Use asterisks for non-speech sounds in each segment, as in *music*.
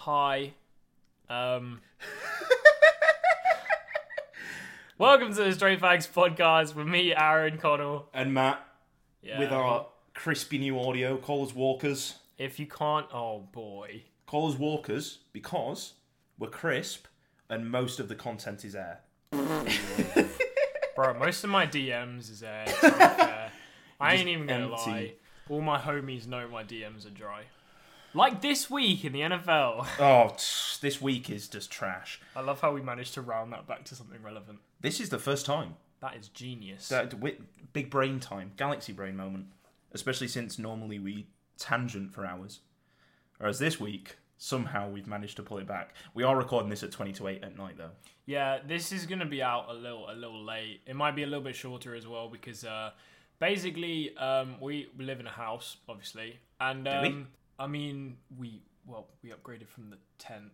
hi. *laughs* Um, welcome to the Straight Fags podcast with me, Aaron Connell. And Matt, Yeah. with our crispy new audio, call us walkers. If you can't, oh boy. Call us walkers because we're crisp and most of the content is air. Bro, most of my DMs is air. *laughs* to be fair. I ain't even gonna empty. lie. All my homies know my DMs are dry. Like this week in the NFL. Oh, tch, this week is just trash. *laughs* I love how we managed to round that back to something relevant. This is the first time. That is genius. That wi- big brain time, galaxy brain moment. Especially since normally we tangent for hours. Whereas this week, somehow we've managed to pull it back. We are recording this at 20 to 8 at night though. Yeah, this is gonna be out a little a little late. It might be a little bit shorter as well because uh, basically um, we we live in a house, obviously, and um, we? I mean we well we upgraded from the tent.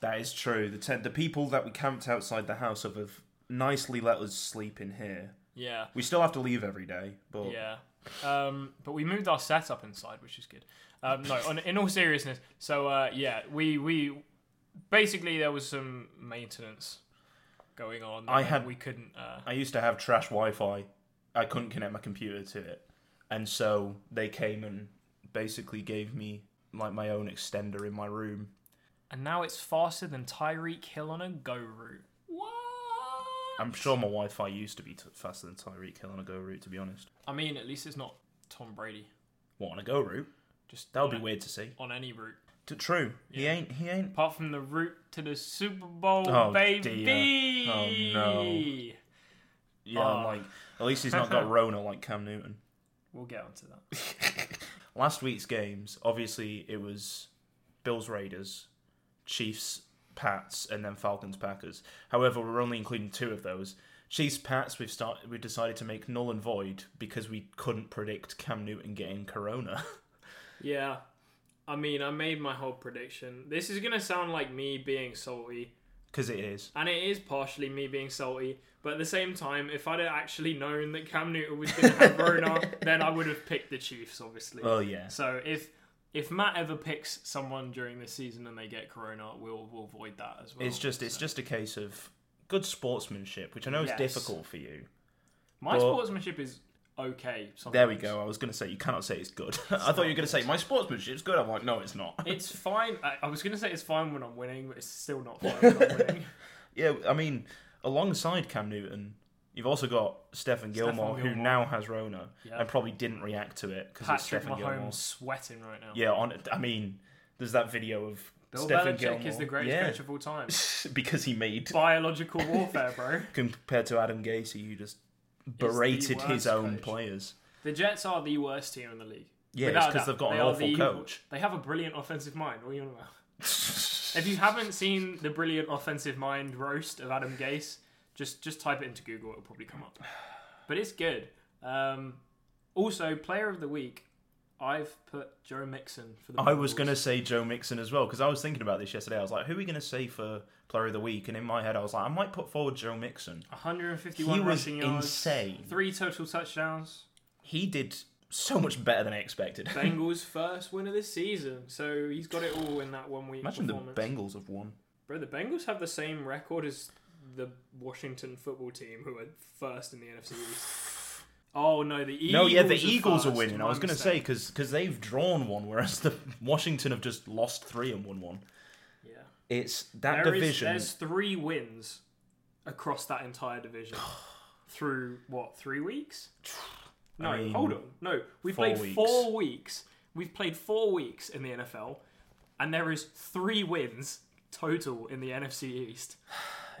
That is true. The ten- the people that we camped outside the house have, have nicely let us sleep in here. Yeah, We still have to leave every day, but yeah. Um, but we moved our setup inside, which is good. Um, no, on, in all seriousness, so uh, yeah, we we basically there was some maintenance going on. I and had- we couldn't. Uh, I used to have trash Wi-Fi. I couldn't connect my computer to it, and so they came and basically gave me like my own extender in my room. and now it's faster than Tyreek Hill on a go route. What? I'm sure my Wi-Fi used to be t- faster than Tyreek Hill on a go route. To be honest, I mean, at least it's not Tom Brady. what on a go route? Just That would on be a- weird to see. on any route, T- true. He ain't. He ain't. apart from the route to the Super Bowl, Oh, baby. dear. Oh, no. Yeah, Ah. uh, like at least he's not got Rona like Cam Newton. We'll get onto that. *laughs* last week's games, obviously it was Bills Raiders, Chiefs Pats, and then Falcons Packers. However, we're only including two of those. Chiefs Pats we've started we decided to make null and void because we couldn't predict Cam Newton getting corona. *laughs* Yeah, I mean, I made my whole prediction. This is gonna sound like me being salty, Because it is. and it is partially me being salty. But at the same time, if I'd have actually known that Cam Newton was gonna have Rona, *laughs* then I would have picked the Chiefs, obviously. Oh yeah. So if if Matt ever picks someone during this season and they get corona, we'll we'll void that as well. It's just it's just a case of good sportsmanship, which I know is Yes. difficult for you. my but- sportsmanship is okay. Sometimes. There we go. I was gonna say you cannot say it's good. *laughs* I thought you were gonna say my sportsmanship's good. I'm like, no, it's not. It's fine. I, I was gonna say it's fine when I'm winning, but it's still not *laughs* fine when I'm winning. Yeah, I mean, alongside Cam Newton, you've also got Stephen Gilmore, who Gilmore. now has Rona Yeah. and probably didn't react to it because it's *laughs* Patrick Stephen Mahomes Gilmore. sweating right now. Yeah, on I mean, there's that video of Bill Stephen Belichick Gilmore is the greatest yeah, coach of all time. *laughs* because he made Biological warfare, *laughs* bro. compared to Adam Gacy, who just berated his worst own coach. players. The Jets are the worst team in the league. Yeah, Without a doubt. because they've got They an are awful the- coach. They have a brilliant offensive mind. What are you on *laughs* about? If you haven't seen the brilliant offensive mind roast of Adam Gase, just just type it into Google. It'll probably come up. But it's good. Um, also, player of the week, I've put Joe Mixon for the. I was Bengals. going to say Joe Mixon as well because I was thinking about this yesterday. I was like, who are we going to say for player of the week? And in my head, I was like, I might put forward Joe Mixon. 151 He was rushing yards, insane. Three total touchdowns. He did so much better than I expected. Bengals' first win of the season, so he's got it all in that one week Imagine the performance. Bengals have won. Bro, the Bengals have the same record as the Washington football team, who are first in the NFC East. Oh no, the Eagles. no, yeah, the are Eagles are first. winning. I My was going to say mistake. because they've drawn one, whereas the *laughs* Washington have just lost three and won one. Yeah, It's that There is- division. there's three wins across that entire division *sighs* through what three weeks? No, mean, hold on. No, we've four played weeks. four weeks. We've played four weeks in the NFL, and there is three wins total in the NFC East.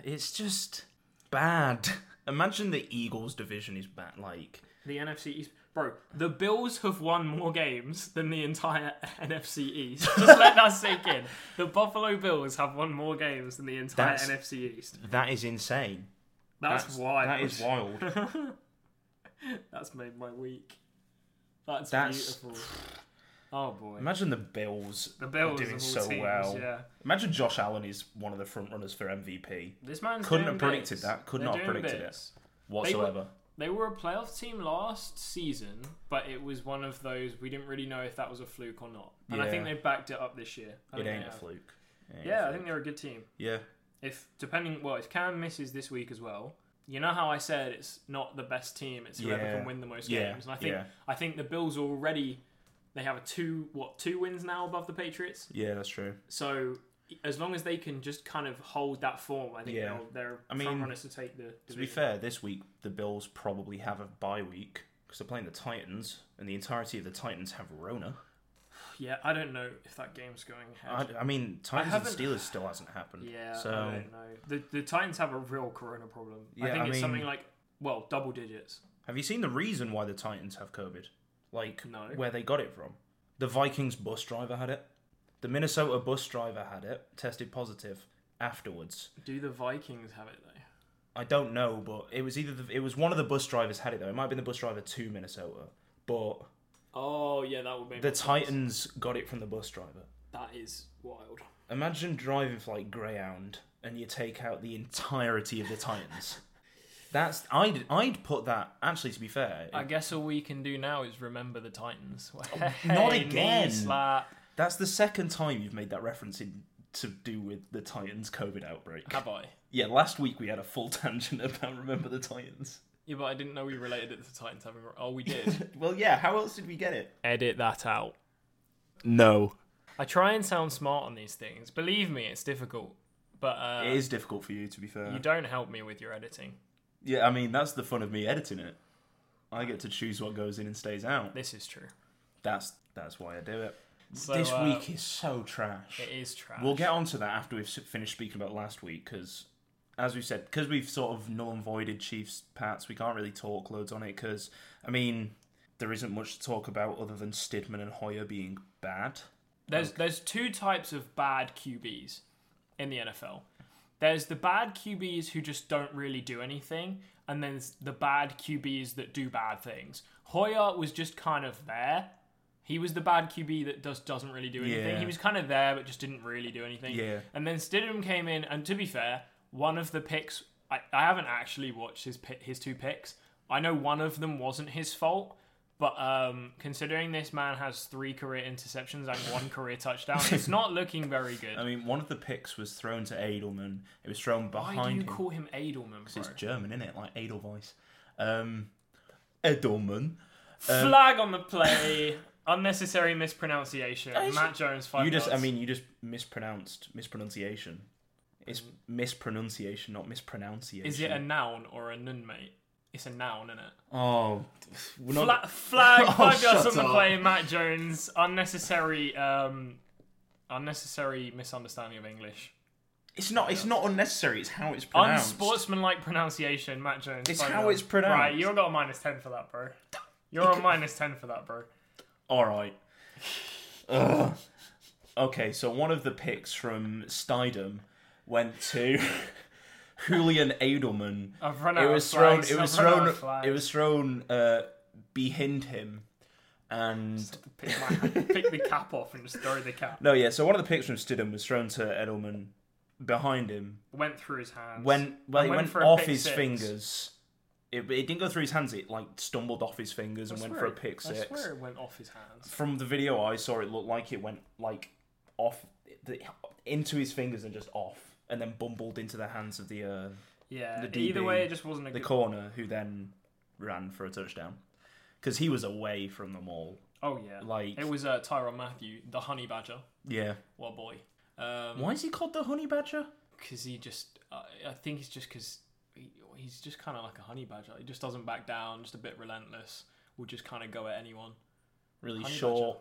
It's just bad. *laughs* Imagine the Eagles division is bad. Like The NFC East, bro. The Bills have won more games than the entire *laughs* NFC East. Just let that sink in. The Buffalo Bills have won more games than the entire That's- NFC East. that is insane. That's, wild. That is wild. *laughs* That's made my week. That's, That's- beautiful. Oh boy, Imagine the Bills. the Bills are doing of all so teams, well. Yeah, Imagine Josh Allen is one of the front runners for MVP this man's Couldn't doing have predicted bits. that. Could They're not have doing predicted bits. whatsoever. They were a playoff team last season, but it was one of those we didn't really know if that was a fluke or not. And I Yeah. think they backed it up this year. I It think ain't they a have. fluke. Oh, Yeah, I think they're a good team. Yeah. If depending, well, if Cam misses this week as well, you know how I said it's not the best team; it's whoever Yeah. can win the most Yeah. games. And I think Yeah. I think the Bills already they have a two what two wins now above the Patriots. Yeah, that's true. So as long as they can just kind of hold that form, I think Yeah. they'll, they're I mean, front runners to take the. To be division. fair, this week the Bills probably have a bye week because they're playing the Titans, and the entirety of the Titans have Rona. yeah, I don't know if that game's going I, ahead. I mean, Titans and haven't- Steelers still hasn't happened. yeah, So I don't know. The the Titans have a real corona problem. I Yeah, think I it's mean- something like well double digits. have you seen the reason why the Titans have COVID? Like No. where they got it from? The Vikings bus driver had it. The Minnesota bus driver had it. Tested positive afterwards. Do the Vikings have it though? I don't know, but it was either the, it was one of the bus drivers had it though. It might have been the bus driver to Minnesota, but Oh yeah, that would make the more sense. Titans got it from the bus driver. That is wild. Imagine driving for like Greyhound and you take out the entirety of *laughs* the Titans. That's I'd I'd put that actually. To be fair, I guess all we can do now is remember the Titans. Oh, *laughs* not again. Knee slap. that's the second time you've made that reference in to do with the Titans COVID outbreak. Have I? Yeah, last week we had a full *laughs* tangent about remember the Titans. Yeah, but I didn't know we related it to Titans having. Oh, we did. *laughs* Well, yeah. How else did we get it? Edit that out. No, I try and sound smart on these things. Believe me, it's difficult. But uh, it is difficult for you to be fair. you don't help me with your editing. Yeah, I mean that's the fun of me editing it. I get to choose what goes in and stays out. This is true. That's that's why I do it. So, this uh, week is so trash. It is trash. We'll get onto that after we've s- finished speaking about last week because, as we said, because we've sort of null and voided Chiefs Pats, we can't really talk loads on it because, I mean, there isn't much to talk about other than Stidman and Hoyer being bad. There's there's two types of bad QBs in the NFL. There's the bad QBs who just don't really do anything, and then there's the bad QBs that do bad things. Hoyer was just kind of there. He was the bad QB that just doesn't really do anything. Yeah. He was kind of there, but just didn't really do anything. Yeah. And then Stidham came in, and to be fair, one of the picks I, I haven't actually watched his pi- his two picks. I know one of them wasn't his fault, but um, considering this man has three career interceptions and one career touchdown, it's not looking very good. *laughs* I mean, one of the picks was thrown to Edelman. It was thrown behind Why do you him. call him Edelman, bro? it's German, isn't it? Like Edelweiss. Um, Edelman. um, Flag on the play. Unnecessary mispronunciation. I just- Matt Jones five. you just, I yards. mean, you just mispronounced mispronunciation. It's mispronunciation, not mispronunciation. Um, is it a noun or a nun, mate? It's a noun, isn't it? Oh, we're Fla- not. flag *laughs* Oh, five yards shut on the up. play. Matt Jones. Unnecessary. Um, unnecessary misunderstanding of English. It's not. It's not unnecessary. It's how it's pronounced. Unsportsmanlike pronunciation, Matt Jones. It's five how yards. it's pronounced. Right, you're got a minus ten for that, bro. You're on minus ten for that, bro. All right. Ugh. Okay, so one of the picks from Stidham went to *laughs* Julian Edelman. I've run out. It was of thrown. flags. It was I've run out thrown. of flags. It was thrown uh, behind him, and pick, my, pick the cap off and just throw the cap. no, yeah. So one of the picks from Stidham was thrown to Edelman behind him. Went through his hands. When well, it went went for a off pick his six. fingers. It, it didn't go through his hands. It like stumbled off his fingers and I went swear for a it- pick I six. swear it went off his hands. from the video I saw, it looked like it went like off the, into his fingers and just off, and then bumbled into the hands of the uh, Yeah. The either DB, way, it just wasn't a the good. corner, who then ran for a touchdown because he was away from them all. oh yeah. Like, It was uh, Tyron Matthew, the honey badger. yeah, What a boy. Um why is he called the honey badger? 'cause because he just, uh, I think it's just because he, he's just kind of like a honey badger. He just doesn't back down. Just a bit relentless. Will just kind of go at anyone. Really Honey short,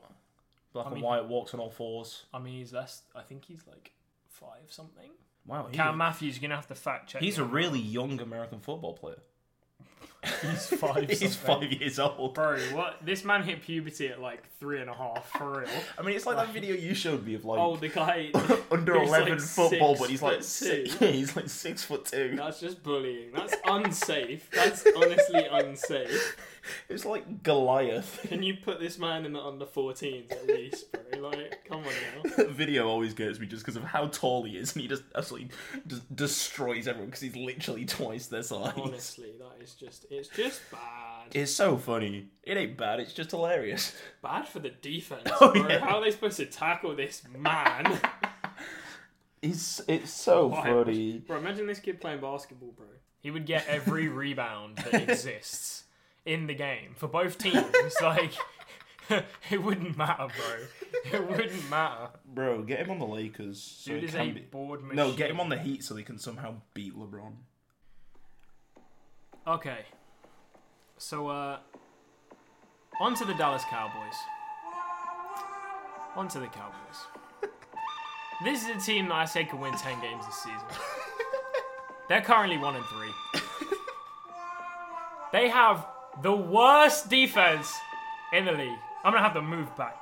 black I and mean- white, walks on all fours. I mean, he's less. I think he's like five something. Wow, he's, Cam Matthews, you're gonna have to fact check. he's me a on really young American football player. that. *laughs* he's five. He's something. *laughs* five years old. Bro, what? This man hit puberty at like three and a half, for real. I mean, it's like that video you showed me of like Oh, the guy. *laughs* *laughs* under He's like eleven football, six but he's like foot six, two. yeah, *laughs* he's like six foot two. That's just bullying. That's unsafe. That's *laughs* honestly unsafe. It's like Goliath. *laughs* Can you put this man in the under 14s at least, bro? Like, come on now. That video always gets me just because of how tall he is, and he just absolutely just destroys everyone because he's literally twice their size. Honestly, that is just. It's just bad. It's so funny. It ain't bad. It's just hilarious. *laughs* *laughs* Bad for the defense, Oh, bro. *laughs* yeah. How are they supposed to tackle this man? He's it's so Why? funny. Bro, imagine this kid playing basketball, bro. He would get *laughs* every rebound that exists in the game for both *laughs* teams. Like, it wouldn't matter, bro. It wouldn't matter. Bro, get him on the Lakers. So Dude he is can a be- board machine. No, get him on the Heat so they can somehow beat LeBron. Okay. So, uh, on to the Dallas Cowboys. On to the Cowboys. this is a team that I say can win 10 games this season. They're currently 1 and 3. they have the worst defense in the league. I'm going to have them move back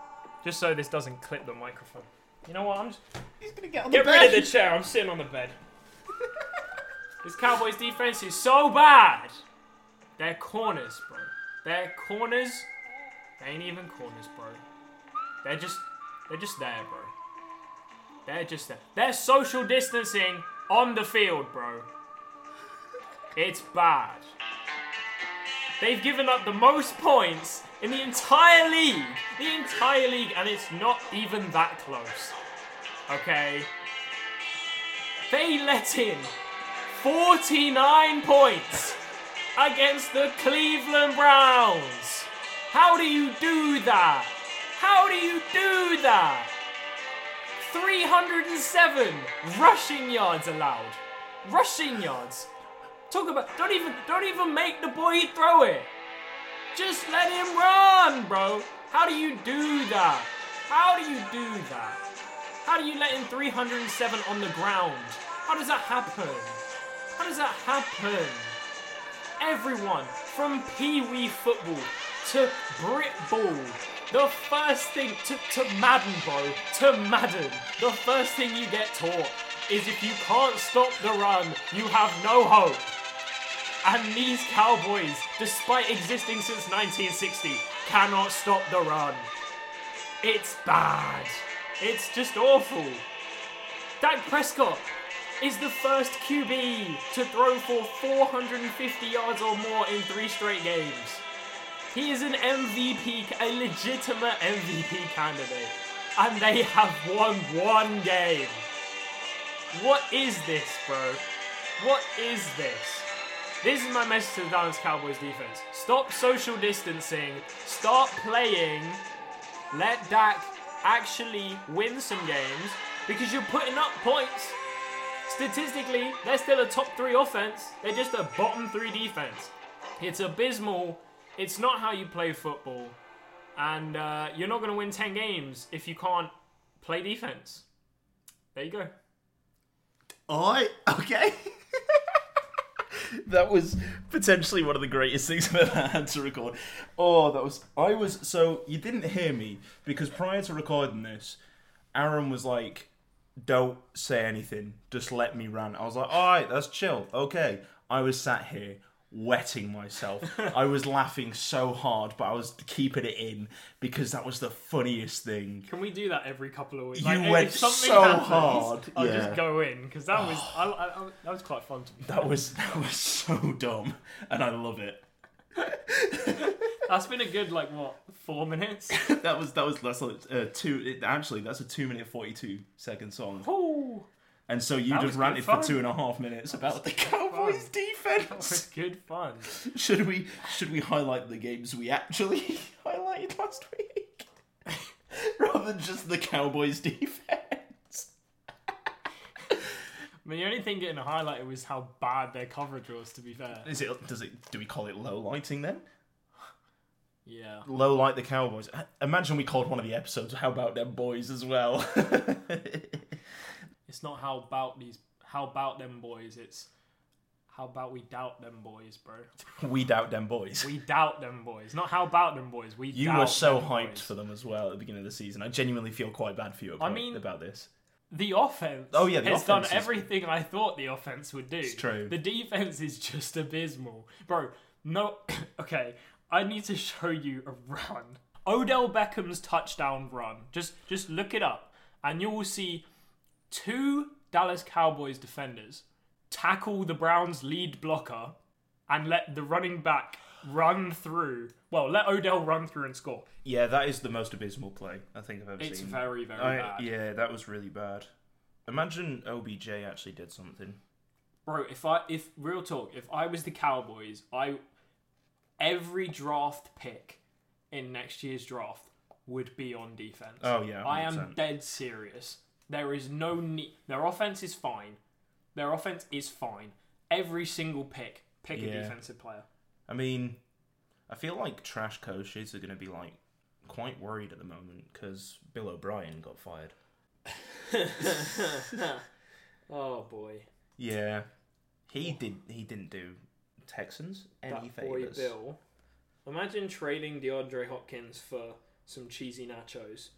just so this doesn't clip the microphone. You know what? I'm just He's gonna get on Get rid of the chair. I'm sitting on the bed. this Cowboys defense is so bad. Their corners, bro. Their corners. They ain't even corners, bro. They're just. They're just there, bro. They're just there. They're social distancing on the field, bro. It's bad. They've given up the most points in the entire league. The entire league, and it's not even that close okay? They let in 49 points against the Cleveland Browns. How do you do that? How do you do that? 307 rushing yards allowed. Rushing yards. Talk about don't even don't even make the boy throw it. Just let him run, bro. How do you do that? How do you do that? How do you let in 307 on the ground? How does that happen? How does that happen? Everyone, from Pee Wee football to Brit Ball, the first thing to, to Madden, bro, to Madden, the first thing you get taught is if you can't stop the run, you have no hope. And these Cowboys, despite existing since 1960, cannot stop the run. It's bad. It's just awful. Dak Prescott is the first QB to throw for 450 yards or more in three straight games. He is an MVP, a legitimate MVP candidate, and they have won one game. What is this, bro? What is this? This is my message to the Dallas Cowboys defense. Stop social distancing. Start playing let Dak actually win some games because you're putting up points. Statistically, they're still a top three offense. They're just a bottom three defense. It's abysmal. It's not how you play football. And uh, you're not going to win 10 games if you can't play defense. There you go. Alright, okay. *laughs* that was potentially one of the greatest things I've ever had to record. Oh, that was. I was. So, you didn't hear me because prior to recording this, Aaron was like, don't say anything, just let me rant. I was like, alright, that's chill, okay. I was sat here wetting myself. I was laughing so hard, but I was keeping it in because that was the funniest thing. Can we do that every couple of weeks? You if went something so hard, I'll yeah. just go in because that *sighs* was I, I, I- that was quite fun to me. That was that was so dumb, and I love it. That's been a good like what four *laughs* minutes. that was that was that's a uh, two. It, actually, that's a two minute forty two second song, Ooh. and so you That was just good ranted for fun. two and a half minutes about the Cowboys' was *laughs* defense. good fun. Should we should we highlight the games we actually *laughs* highlighted last week, *laughs* rather than just the Cowboys' defense? I mean, the only thing getting highlighted was how bad their coverage was. To be fair, Is it does it do we call it low lighting then? yeah. Low light the Cowboys. Imagine we called one of the episodes "How about them boys" as well. *laughs* It's not how about these, how about them boys. It's how about we doubt them boys, bro. we doubt them boys. We doubt them boys. Not how about them boys. We. You doubt were so them hyped boys. for them as well at the beginning of the season. I genuinely feel quite bad for you. I I mean- mean, about this. the offense. Oh, yeah, the has done offense is- everything I thought the offense would do. It's true. The defense is just abysmal, bro. No, *coughs* okay. I need to show you a run. Odell Beckham's touchdown run. Just, just look it up, and you will see two Dallas Cowboys defenders tackle the Browns' lead blocker and let the running back run through. Well, let Odell run through and score. Yeah, that is the most abysmal play I think I've ever It's seen. very, very I- bad. Yeah, that was really bad. Imagine OBJ actually did something. Bro, if I if real talk, if I was the Cowboys, I every draft pick in next year's draft would be on defense. Oh, yeah, I am 100%. dead serious. There is no need. Their offense is fine. Their offense is fine. Every single pick, pick a Yeah. defensive player. I mean, I feel like trash coaches are going to be like quite worried at the moment because Bill O'Brien got fired. oh boy, Yeah, he did. He didn't do Texans any that boy favors. Bill. Imagine trading DeAndre Hopkins for some cheesy nachos,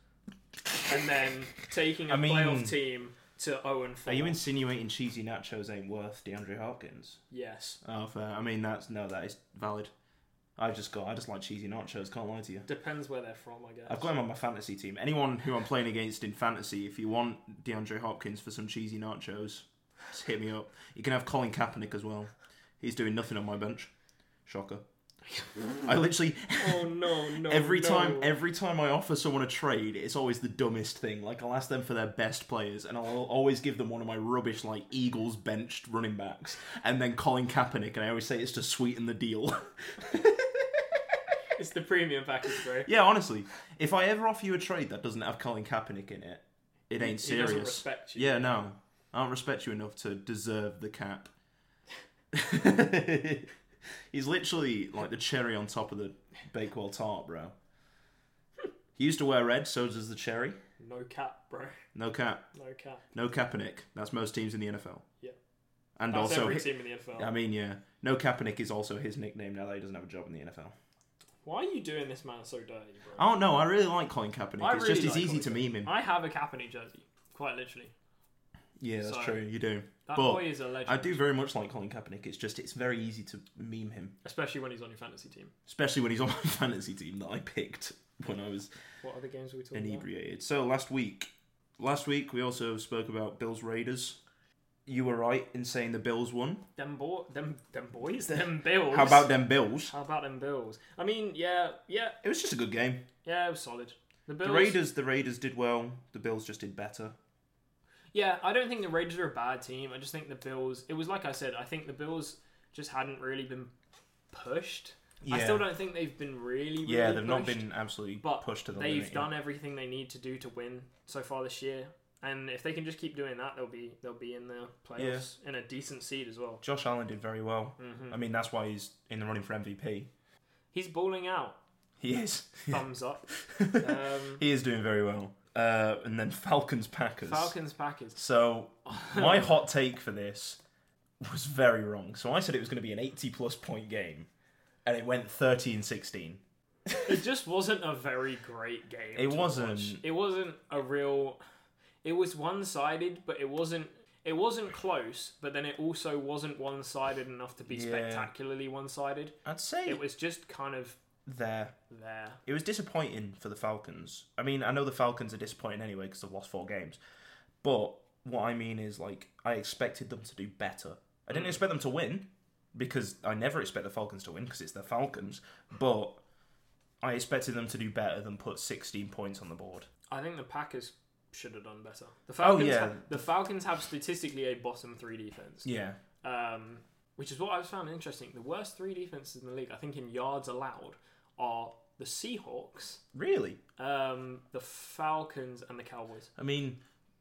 and *laughs* then taking a I mean- playoff team to zero and four. Are you insinuating cheesy nachos ain't worth DeAndre Hopkins? yes. Oh, fair. I mean, that's no, that is valid. I just got. I just like cheesy nachos. Can't lie to you. Depends where they're from, I guess. I've got him on my fantasy team. Anyone who I'm playing against in fantasy, if you want DeAndre Hopkins for some cheesy nachos, just hit me up. You can have Colin Kaepernick as well. He's doing nothing on my bench. Shocker. I literally oh no, no. every no. time every time I offer someone a trade, it's always the dumbest thing. Like I'll ask them for their best players, and I'll always give them one of my rubbish like Eagles benched running backs, and then Colin Kaepernick, and I always say it's to sweeten the deal. *laughs* it's the premium package, *laughs* bro. yeah, honestly, if I ever offer you a trade that doesn't have Colin Kaepernick in it, it ain't He doesn't serious. respect you. Yeah, no, I don't respect you enough to deserve *laughs* the cap. He's literally like the cherry on top of the Bakewell tart, bro. He used to wear red, so does the cherry. No cap, bro. No cap, No cap. no Kaepernick. That's most teams in the NFL. Yeah. and That's also, every team in the NFL. I mean, yeah, no Kaepernick is also his nickname now that he doesn't have a job in the NFL. Why are you doing this man so dirty, bro? Oh no, I really like Colin Kaepernick. I it's really just it's like easy Colin to meme him. I have a Kaepernick jersey, quite literally. Yeah, that's So- true. You do. That But boy is a legend, I do very much like Colin Kaepernick. It's just it's very easy to meme him. especially when he's on your fantasy team. especially when he's on my *laughs* fantasy team that I picked when I was What other games are we talking about? inebriated. So last week, last week we also spoke about Bills Raiders. You were right in saying the Bills won. Them bo- them them boys, them Bills. How about them Bills? how about them Bills? I mean, yeah, yeah, It was just a good game. yeah. It was solid. The Bills. The Raiders, the Raiders did well. The Bills just did better. Yeah, I don't think the Raiders are a bad team. I just think the Bills. It was like I said. I think the Bills just hadn't really been pushed. I Yeah. still don't think they've been really. really Yeah, they've not pushed, been absolutely But pushed to the they've limit. done everything they need to do to win so far this year, and if they can just keep doing that, they'll be they'll be in the playoffs in a decent seed as well. Josh Allen did very well. Mm-hmm. I mean, that's why he's in the running for MVP. He's balling out. He is. Thumbs *laughs* up. Um, he is doing very well. Uh, and then Falcons Packers. Falcons Packers. So my hot take for this was very wrong. So I said it was going to be an 80 plus point game and it went 13 16. It just wasn't a very great game. It to wasn't. watch. It wasn't a real. It was one sided, but it wasn't. It wasn't close, but then it also wasn't one sided enough to be Yeah. spectacularly one sided. I'd say It was just kind of there. there. It was disappointing for the Falcons. I mean, I know the Falcons are disappointing anyway because they've lost four games. But what I mean is, like, I expected them to do better. I didn't expect them to win because I never expect the Falcons to win because it's the Falcons. But I expected them to do better than put 16 points on the board. I think the Packers should have done better. The Falcons. Oh, yeah. ha- the Falcons have statistically a bottom three defense, Yeah. um, which is what I found interesting. The worst three defenses in the league, I think, in yards allowed, are the Seahawks, Really? um, the Falcons, and the Cowboys. I mean,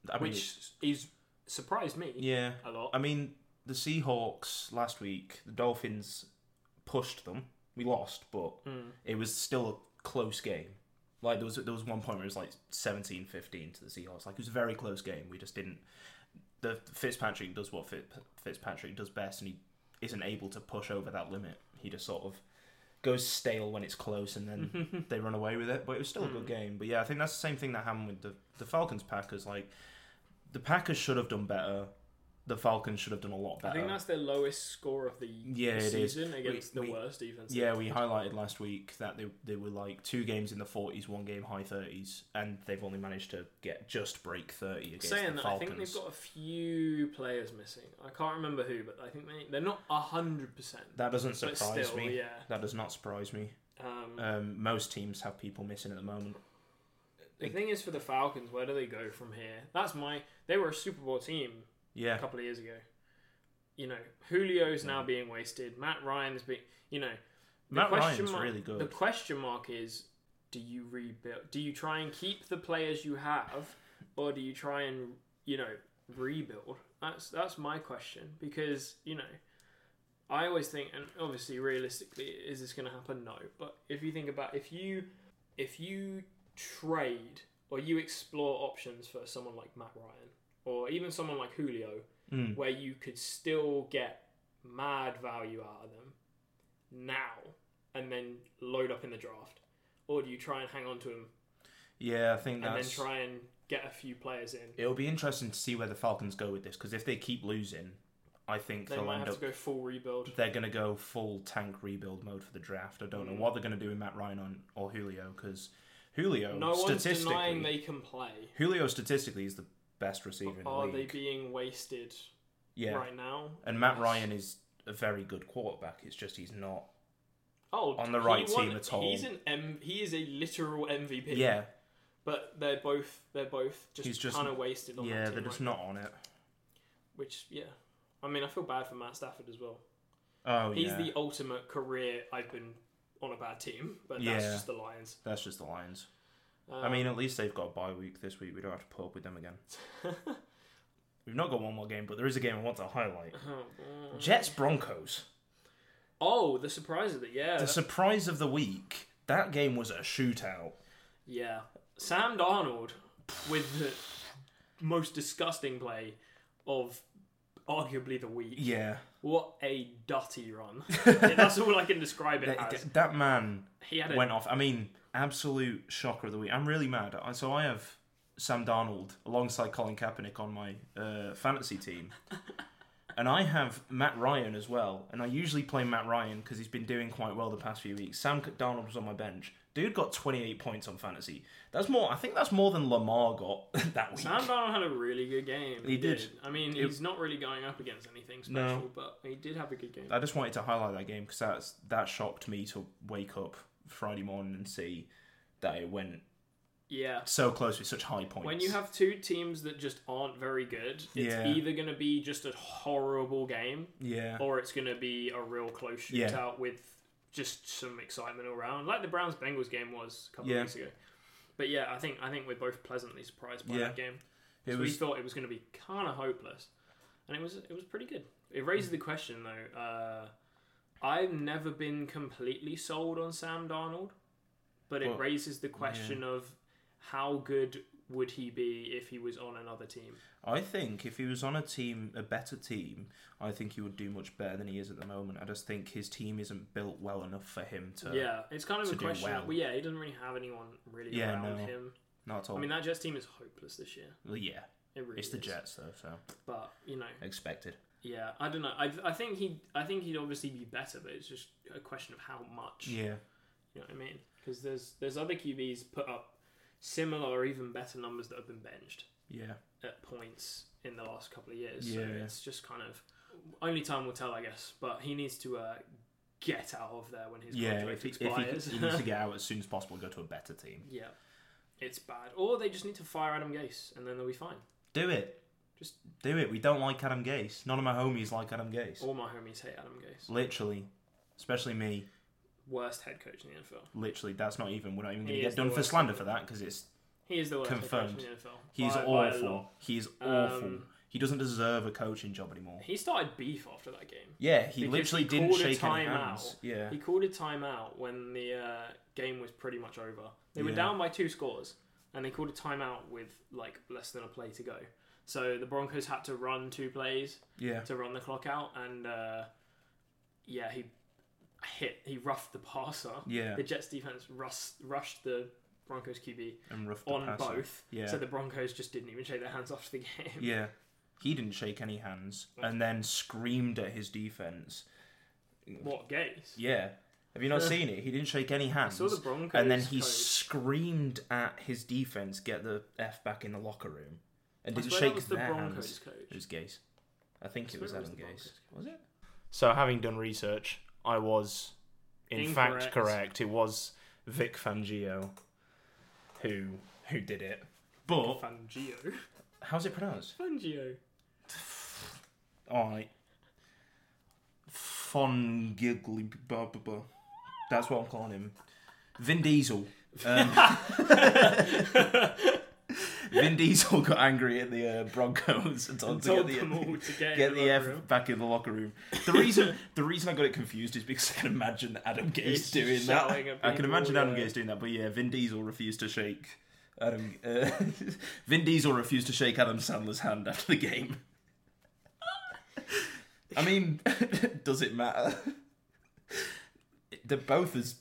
I mean, which is surprised me yeah. a lot. I mean, the Seahawks last week, the Dolphins pushed them. We lost, but it was still a close game. Like there was there was one point where it was like 17-15 to the Seahawks. Like it was a very close game. We just didn't. The Fitzpatrick does what Fit, Fitzpatrick does best, and he isn't able to push over that limit. He just sort of goes stale when it's close, and then *laughs* they run away with it. But it was still a Hmm. good game. But yeah, I think that's the same thing that happened with the the Falcons Packers. Like the Packers should have done better. The Falcons should have done a lot better. I think that's their lowest score of the Uh, Yeah, the it is. season against We- the we- worst defense. Yeah, we highlighted last week that they, they were like two games in the 40s, one game high 30s, and they've only managed to get just break 30 against Saying the that, I Falcons. think they've got a few players missing. I can't remember who, but I think they they're not hundred percent. that doesn't But surprise still, me. Uh, yeah. That does not surprise me. Um, Hmm. Um, most teams have people missing at the moment. The thing is, for the Falcons, where do they go from here? That's my. They were a Super Bowl team a Yeah, couple of years ago. You know, Julio's now being wasted. Matt Ryan's being. You know, the Matt question Ryan's mark- really The good. question mark is: Do you rebuild? Do you try and keep the players you have, or do you try and you know rebuild? That's that's my question because you know, I always think, and obviously realistically, is this going to happen? No, but if you think about if you if you trade or you explore options for someone like Matt Ryan or even someone like Julio, Mm. where you could still get mad value out of them now and then load up in the draft? Or do you try and hang on to them Yeah, I think and that's. then try and get a few players in? It'll be interesting to see where the Falcons go with this because if they keep losing, I think They will might end have up to go full rebuild. they're going to go full tank rebuild mode for the draft. I Mm. don't know what they're going to do with Matt Ryan on, or Julio because Julio No one's statistically denying they can play. Julio statistically is the best receiver in the Are league. they being wasted yeah, right now? and Matt Ryan is a very good quarterback. It's just he's not. Oh, on the he right won- team at all. He's an M, he is a literal MVP. Yeah, but they're both they're both He's just, just- kind of wasted on that yeah, team they're just right not on it. Which yeah, I mean I feel bad for Matt Stafford as well. Oh He's yeah, the ultimate career. I've been on a bad team, but that's Yeah. just the Lions. that's just the Lions. Um, I mean, at least they've got a bye week this week. We don't have to put up with them again. We've not got one more game, but there is a game I want to highlight. Jets Broncos. oh, the surprise of it, yeah, The surprise of the week. That game was a shootout. yeah. Sam Darnold with the most disgusting play of arguably the week. Yeah. What a dutty *laughs* run! Yeah, that's all I can describe it That, as. that man He had a went off. I mean, absolute shocker of the week. I'm really mad. I- So I have Sam Darnold alongside Colin Kaepernick on my uh, *laughs* fantasy team. And I have Matt Ryan as well. And I usually play Matt Ryan because he's been doing quite well the past few weeks. Sam Darnold was on my bench. Dude got 28 points on fantasy. That's more. I think that's more than Lamar got *laughs* that week. Sam Darnold had a really good game. He did. I mean, It- he's not really going up against anything special, No. but he did have a good game. I just wanted to highlight that game because that's that shocked me to wake up Friday morning and see that it went Yeah. so close with such high points. When you have two teams that just aren't very good, it's Yeah. either going to be just a horrible game yeah, or it's going to be a real close shootout Yeah. with just some excitement around, like the Browns Bengals game was a couple Yeah. of weeks ago. But yeah, I think I think we're both pleasantly surprised by Yeah. that game. it so we was thought it was going to be kind of hopeless, and it was it was pretty good. It raises the question though. Uh, I've never been completely sold on Sam Darnold, but it Well, raises the question of how good would he be if he was on another team? I think if he was on a team, a better team, I think he would do much better than he is at the moment. I just think his team isn't built well enough for him to. yeah, it's kind of to a do question. well. Well, yeah, he doesn't really have anyone really Yeah, around no. him. Not at all. I mean, that Jets team is hopeless this year. Well, yeah, It really it's the is. Jets though, so but you know, expected. yeah, I don't know. I, I think he, I think he'd obviously be better, but it's just a question of how much. Yeah, You know what I mean? Because there's there's other QBs put up similar or even better numbers that have been benched yeah, at points in the last couple of years. So Yeah. it's just kind of only time will tell, I guess. But he needs to uh, get out of there when his yeah. contract If he, if he, expires. *laughs* he needs to get out as soon as possible and go to a better team, yeah, it's bad. Or they just need to fire Adam Gase and then they'll be fine. do it. Just- do it. We don't like Adam Gase. None of my homies like Adam Gase. All my homies hate Adam Gase. Literally, especially me. Worst head coach in the NFL. Literally, that's not even. We're not even going He to is get the done for worst. slander for that because it's He is the worst Confirmed. head coach in the NFL. he's By- by a lot. awful. He's awful. Um, he doesn't deserve a coaching job anymore. He started beef after that game. Yeah, he Because literally he didn't called a shake any timeout. hands. Yeah, He called a timeout when the uh, game was pretty much over. They were Yeah. down by two scores, and they called a timeout with like less than a play to go. So the Broncos had to run two plays yeah, to run the clock out, and uh, yeah, he hit, he roughed the passer. yeah, The Jets defense rus- rushed the Broncos QB and roughed the on passer. both, Yeah, so the Broncos just didn't even shake their hands after the *laughs* game. yeah. He didn't shake any hands, and then screamed at his defense. What gays? Yeah, *laughs* have you not seen it? He didn't shake any hands. Saw the Broncos, and then he coach- screamed at his defense, "Get the f back in the locker room," and I didn't swear that shake was the their Broncos hands. coach. It was Gase. I think I it was swear it was Adam the Gase. Broncos Was it? So, having done research, I was, in fact, Incorrect. correct. It was Vic Fangio, who who did it, but Fangio. how's it pronounced? *laughs* Fangio. All right. Fun giggly blah, blah, blah. That's what I'm calling him. Vin Diesel. Um, *laughs* Vin Diesel got angry at the uh, Broncos *laughs* and told, And them told to get them the, all to get, get in the locker F room. back in the locker room. The reason the reason I got it confused is because I can imagine Adam Gase He's doing that. shouting at I can people, imagine Adam yeah. Gase doing that, but yeah, Vin Diesel refused to shake Adam. Uh, *laughs* Vin Diesel refused to shake Adam Sandler's hand after the game. I mean, *laughs* does it matter? They're both as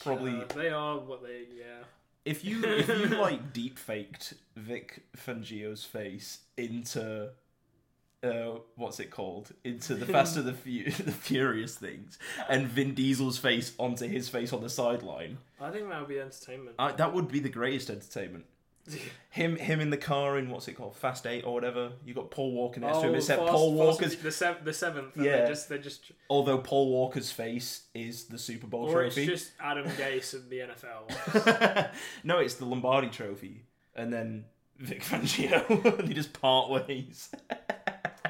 probably Yeah, they are what they. Yeah. if you if you *laughs* like deep faked Vic Fangio's face into uh what's it called into the Fast of the, Fu- *laughs* the Furious things and Vin Diesel's face onto his face on the sideline, I think that would be entertainment. *laughs* I, that would be the greatest entertainment. Uh, Him him in the car in what's it called Fast Eight or whatever. You got Paul Walker next to him. Except Fast- Paul Fast- Walker's Oh, the, sev- the seventh. Yeah. Yeah. They're just, they're just, although Paul Walker's face is the Super Bowl or it's trophy. just Adam Gase and the *laughs* NFL. no, it's the Lombardi Trophy, and then Vic Fangio. *laughs* they just part ways, *laughs*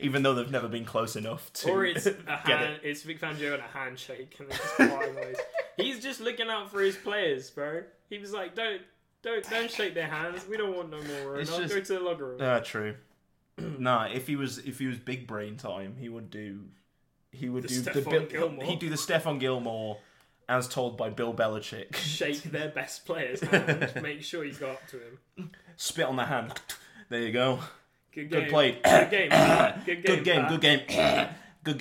even though they've never been close enough to. Or it's a *laughs* Get hand, it's Vic Fangio and a handshake, and they're just parting *laughs* ways. He's just looking out for his players, bro. He was like, "Don't, don't, don't shake their hands. We don't want no more room. It's I'll just- go to the locker room." Ah, true. *clears throat* nah, if he was if he was big brain time, he would do. He would The do Stephon the Bill, Gilmore. he'd do the Stefan Gilmore, as told by Bill Belichick. *laughs* Shake their best player's hand. make sure he's got up to him. Spit on the hand. *laughs* There you go. Good game. Good play. Good game. Pat. Good game. *coughs* Good game, Pat. good game, good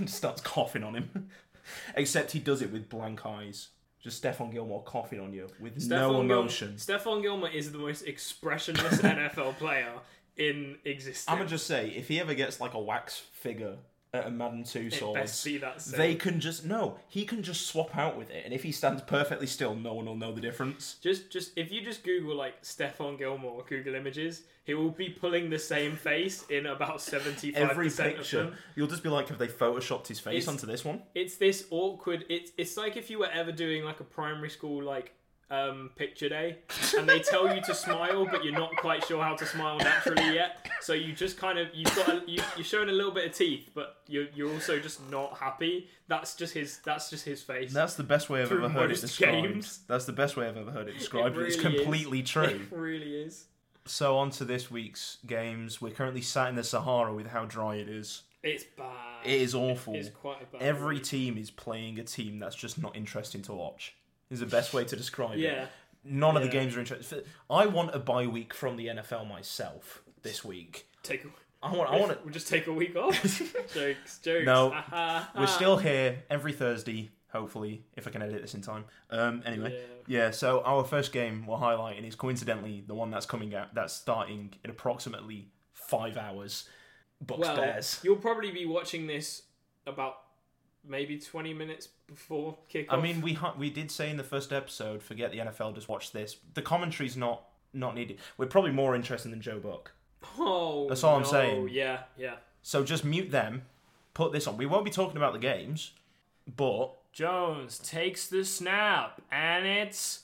game. *coughs* *laughs* Starts coughing on him. *laughs* Except he does it with blank eyes. Just Stefan Gilmore coughing on you with no Stephon Gil- emotion. Stephon Gilmore is the most expressionless *laughs* NFL player in existence. I'ma just say, if he ever gets like a wax figure at a Madden 2 best source, be that same. they can just no, he can just swap out with it, and if he stands perfectly still, no one will know the difference. Just, just if you just Google like Stefan Gilmore Google Images, he will be pulling the same face in about seventy-five Every percent of picture, them. you'll just be like, have they photoshopped his face It's- onto this one? It's this awkward. It's it's like if you were ever doing like a primary school like um picture day, and they tell you to smile, but you're not quite sure how to smile naturally yet. So you just kind of you've got a, you, you're showing a little bit of teeth, but you're you're also just not happy. That's just his. That's just his face. That's the best way I've Through ever heard most it described. games. That's the best way I've ever heard it described. and it's really is. completely true. *laughs* It really is. So on to this week's games. We're currently sat in the Sahara with how dry it is. It's bad. It is awful. It's quite a bad. Every team is playing a team that's just not interesting to watch. Is the best way to describe it. yeah. None of the Yeah. games are interesting. I want a bye week from the NFL myself this week. Take a, I want. I want it. We'll just take a week *laughs* off. jokes, jokes. No, Ah, *laughs* ah, We're ah. still here every Thursday, hopefully, if I can edit this in time. Um. Anyway. Yeah. Yeah, so our first game we're highlighting is coincidentally the one that's coming out, that's starting in approximately five hours. Bucks Well, Bears. you'll probably be watching this about maybe 20 minutes before kickoff. I mean, we ha- we did say in the first episode, forget the NFL, just watch this. The commentary's not not needed. We're probably more interested than Joe Buck, *laughs* oh, that's all I'm no. saying. Yeah, yeah. so just mute them, put this on. We won't be talking about the games, but Jones takes the snap and it's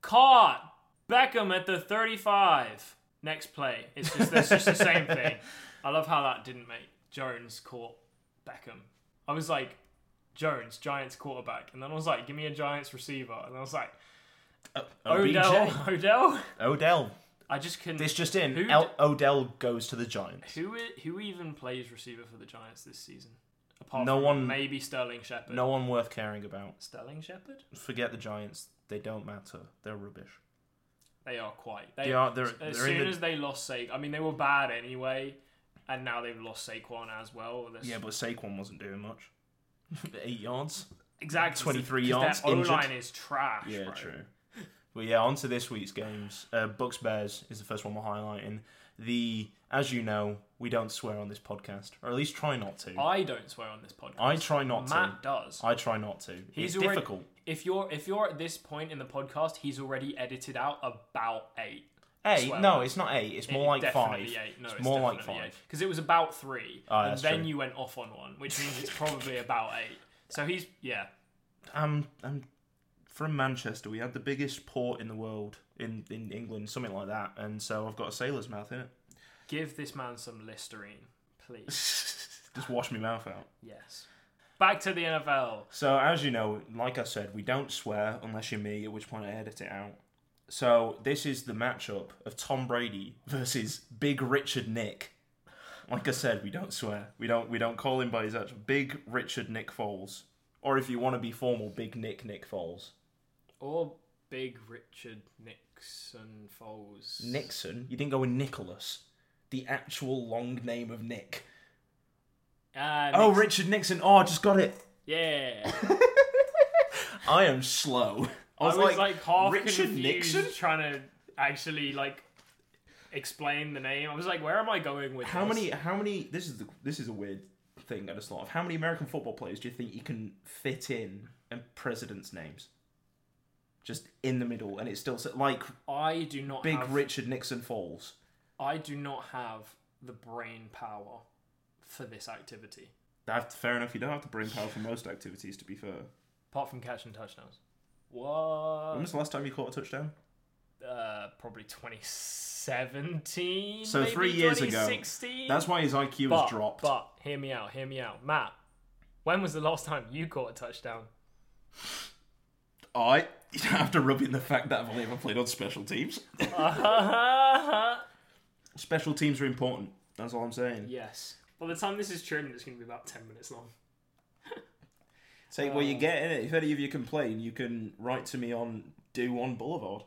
caught. Beckham at the 35. Next play. It's just that's *laughs* just the same thing. I love how that didn't make Jones caught Beckham. I was like, Jones, Giants quarterback, and then I was like, give me a Giants receiver, and I was like, uh, Odell, OBJ. Odell. Odell. I just couldn't. This just in. Who El- Odell goes to the Giants. Who i- who even plays receiver for the Giants this season? Apart No from one- maybe Sterling Shepard. No one worth caring about. Sterling Shepard? Forget the Giants. They don't matter. They're rubbish. They are quite. They, They are. They're, As they're in soon the, as they lost Saquon, I mean they were bad anyway, and now they've lost Saquon as well. That's- yeah, but Saquon wasn't doing much. *laughs* Eight yards. exactly. 23 because yards, Their O injured. line is trash. Yeah, bro. true. Well, yeah, on to this week's games. Uh, Bucks Bears is the first one we're highlighting. The as you know, we don't swear on this podcast, or at least try not to. I, I don't swear on this podcast. try not Matt does. to. I try not to. He's it's already- difficult. If you're if you're at this point in the podcast, he's already edited out about eight. Eight? swear No, it's not eight. It's more like definitely five. Eight. No, it's, it's, more like five. Because it was about three, Oh, and that's then true. you went off on one, which means it's probably about eight. So he's yeah. I'm I'm Um, from Manchester. We had the biggest port in the world in in England, something like that. And so I've got a sailor's mouth in it. Give this man some Listerine, please. *laughs* Just wash my mouth out. yes. Back to the NFL. So, as you know, like I said, we don't swear unless you're me, at which point I edit it out. So, this is the matchup of Tom Brady *laughs* versus Big Richard Nick. Like I said, we don't swear. We don't we don't call him by his actual Big Richard Nick Foles. Or if you want to be formal, Big Nick Nick Foles. Or Big Richard Nixon Foles. Nixon, you didn't go with Nicholas. The actual long name of Nick. Ah, Oh, Nix- Richard Nixon. Oh, I just got it. *laughs* yeah. I am slow. I was like, half Richard confused Nixon? trying to actually like explain the name. I was like, where am I going with How this? many? How many? This is the, this is a weird thing I just thought of. How many American football players do you think you can fit in and presidents' names? Just in the middle, and it's still so- like I do not Big have, Richard Nixon Falls. I do not have the brain power for this activity, That fair enough. You don't have to bring power for most activities. To be fair, apart from catching touchdowns. What? when was the last time you caught a touchdown? Uh, probably 2017. So maybe three years ago. 2016? That's why his IQ but, has dropped. But hear me out. Hear me out, Matt. When was the last time you caught a *laughs* touchdown? *laughs* I *laughs* after rubbing the fact that I've only ever played on special teams. special teams are important. That's all I'm saying. yes. By the time this is trimmed, it's going to be about 10 minutes long. Take what you get in it. If any of you complain, you can write to me on Do One Boulevard.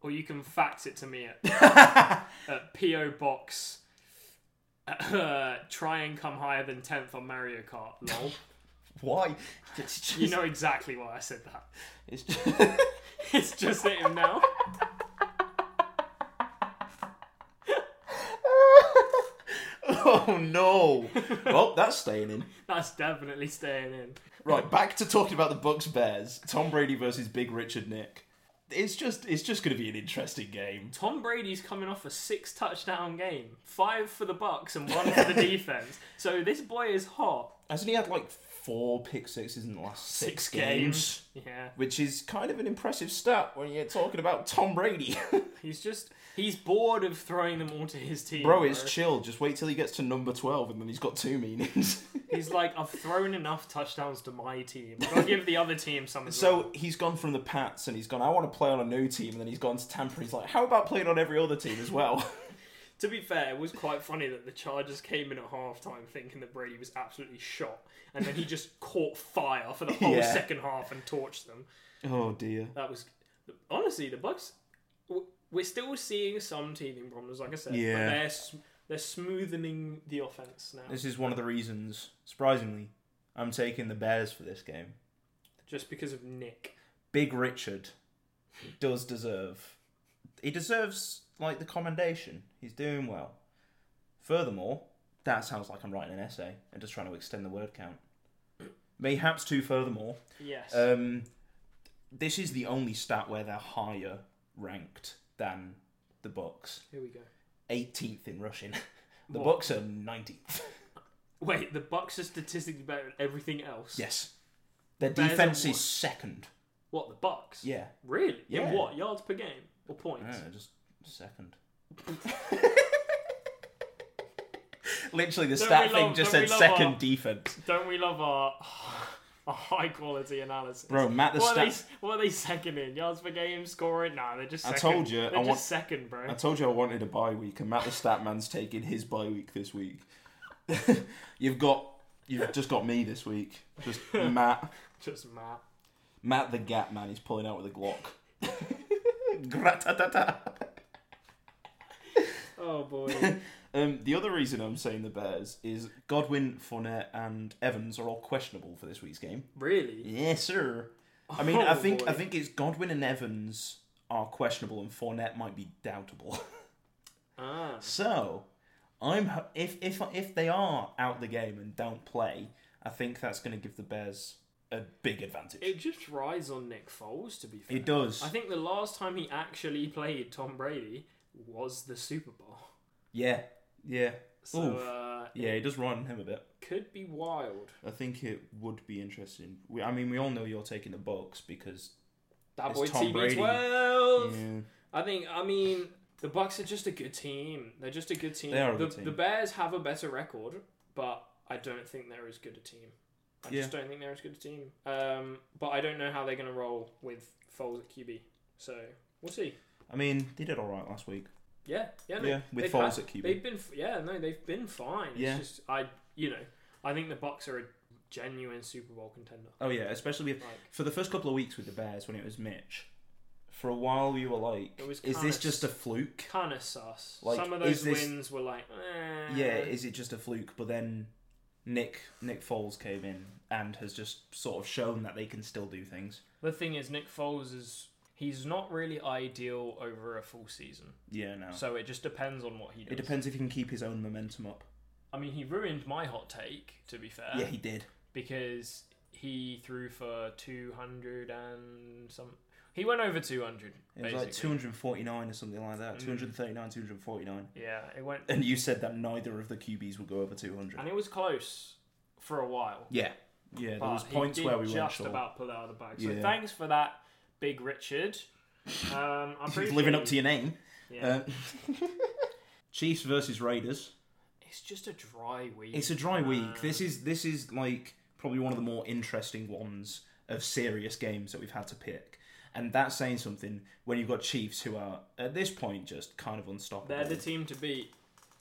Or you can fax it to me at, *laughs* at P.O. Box. Uh, *laughs* try and come higher than 10th on Mario Kart, lol. Why? It's just, you know exactly why I said that. *laughs* it's just, *laughs* It's just at him now. oh no! well, that's staying in. That's definitely staying in. Right, back to talking about the Bucks Bears. Tom Brady versus Big Richard Nick. It's just, it's just going to be an interesting game. Tom Brady's coming off a six touchdown game, five for the Bucks and one *laughs* for the defense. So this boy is hot. Hasn't he had like four pick sixes in the last six, games? Yeah, Which is kind of an impressive stat when you're talking about Tom Brady. *laughs* he's just he's bored of throwing them all to his team. Bro, it's chill. Just wait till he gets to number 12 and then he's got two meanings. *laughs* he's like I've thrown enough touchdowns to my team. I'll give the other team *laughs* some. As well." so he's gone from the Pats and he's gone, I want to play on a new team. And then he's gone to Tampa. He's like, how about playing on every other team as well? *laughs* to be fair, it was quite funny that the Chargers came in at halftime thinking that Brady was absolutely shot, and then he just caught fire for the whole Yeah. second half and torched them. oh, dear. That was honestly the Bucks. w- We're still seeing some teething problems, like I said. Yeah. But they're s- they're smoothing the offense now, This is one of the reasons, surprisingly, I'm taking the Bears for this game. just because of Nick. Big Richard does deserve. He deserves, like, the commendation. He's doing well. Furthermore, that sounds like I'm writing an essay and just trying to extend the word count. Mayhaps, too, furthermore. Yes. Um, this is the only stat where they're higher ranked than the Bucks. Here we go. 18th in rushing. *laughs* The What? Bucks are 19th. Wait, the Bucks are statistically better at everything else. yes. Their Bears are defense what? is second. What the Bucks? Yeah. Really? Yeah. In what yards per game or points? Yeah, just second. *laughs* Literally, the Don't stat we thing love- just don't said we love second our- defense. Don't we love our *laughs* our high quality analysis? Bro, Matt, the what, are they, stat- what are they second in yards per game, scoring? Nah, they're just. I Second. told you, They're I just want- second, bro. I told you I wanted a bye week, and Matt the stat man's taking his bye week this week. *laughs* you've got, you've just got me this week. *laughs* Just Matt. *laughs* Just Matt. Matt the Gap Man is pulling out with a *laughs* Glock. Gratatata. Oh boy. *laughs* Um, the other reason I'm saying the Bears is Godwin, Fournette, and Evans are all questionable for this week's game. really? Yes, sir. I mean, I Oh, think I boy. think it's Godwin and Evans are questionable, and Fournette might be doubtable. *laughs* Ah. so, I'm ho- if if if they are out the game and don't play, I think that's going to give the Bears a big advantage. It just rides on Nick Foles, to be fair. It does. I think the last time he actually played Tom Brady was the Super Bowl. yeah, yeah. So, Oof. uh, Yeah, he does run him a bit. could be wild. I think it would be interesting. We, I mean, we all know you're taking the Bucks because That It's boy Tom Brady. TB12. yeah, I think. I mean, the Bucks are just a good team. They're just a good team. They are a the, good team. the Bears have a better record, but I don't think they're as good a team. I just don't think they're as good a team. Um, but I don't know how they're going to roll with Foles at QB. So we'll see. I mean, they did all right last week. Yeah, yeah, no, yeah, with they've falls had- at QB. They've been, f- yeah, no, they've been fine. It's Yeah. just I, you know, I think the Bucks are a genuine Super Bowl contender. Oh yeah, especially with, Like- for the first couple of weeks with the Bears when it was Mitch. For a while, we were like, It was "Is kinda this just a fluke?" Kind of sus. Like, Some of those is this- wins were like, eh. Yeah, is it just a fluke? But then Nick Nick Foles came in and has just sort of shown that they can still do things. The thing is, Nick Foles is he's not really ideal over a full season, Yeah, no. so it just depends on what he does. it depends if he can keep his own momentum up. I mean, he ruined my hot take. To be fair, yeah, he did. because he threw for two hundred and some. He went over two hundred. It was like 249 or something like that. Mm. 239, 249. Yeah, it went And you said that neither of the QBs would go over 200. and it was close for a while. Yeah. Yeah, there but was he points did where we weren't just sure. about pull it out of the bag. So Yeah. thanks for that, Big Richard. Um, *laughs* I'm pretty Living sure up to your name. Yeah. *laughs* Um, Chiefs versus Raiders. it's just a dry week. Um, It's a dry week. This is this is like probably one of the more interesting ones of serious games that we've had to pick. And that's saying something when you've got Chiefs who are at this point just kind of unstoppable. They're the team to beat.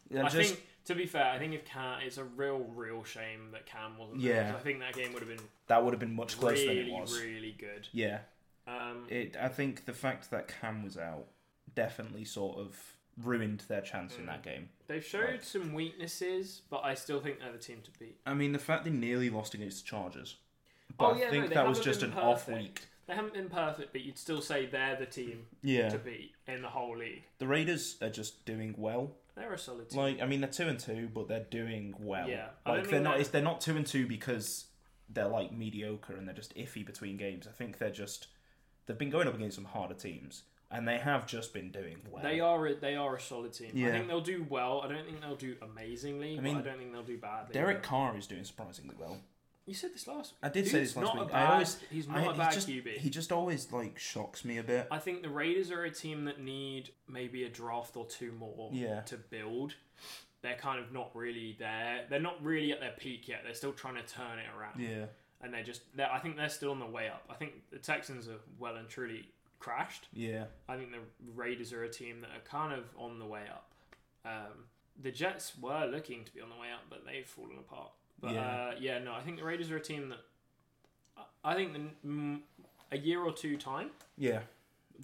They're I just- think, to be fair, I think if Cam, it's a real, real shame that Cam wasn't. there, Yeah. 'cause I think that game would have been that would have been much closer than really, it was. really good. Yeah. Um, It I think the fact that Cam was out definitely sort of ruined their chance in Mm. that game. they've showed some weaknesses, but I still think they're the team to beat. I mean the fact they nearly lost against the Chargers. Oh, But yeah, I no, think they that was haven't just an been off perfect. week. They haven't been perfect, but you'd still say they're the team Yeah. to beat in the whole league. The Raiders are just doing well. They're a solid team. Like I mean, they're two and two, but they're doing well. Yeah. I don't like think they're not. they're- It's, they're not two and two because they're like mediocre and they're just iffy between games. I think they're just they've been going up against some harder teams and they have just been doing well. They are a, they are a solid team. Yeah. I think they'll do well. I don't think they'll do amazingly. mean, but I don't think they'll do badly. Derek either. Carr is doing surprisingly well. you said this last. week. I did say Dude's this last not a week. Bad, I always he's I- not a he bad just, QB. He just always like shocks me a bit. I think the Raiders are a team that need maybe a draft or two more Yeah. to build. They're kind of not really there. They're not really at their peak yet. They're still trying to turn it around, yeah, and they're just. They're, I think they're still on the way up. I think the Texans are well and truly crashed. yeah. I think the Raiders are a team that are kind of on the way up. Um, the Jets were looking to be on the way up, but they've fallen apart. But yeah, Yeah. uh, yeah no, I think the Raiders are a team that I- I think the, mm, a year or two time Yeah,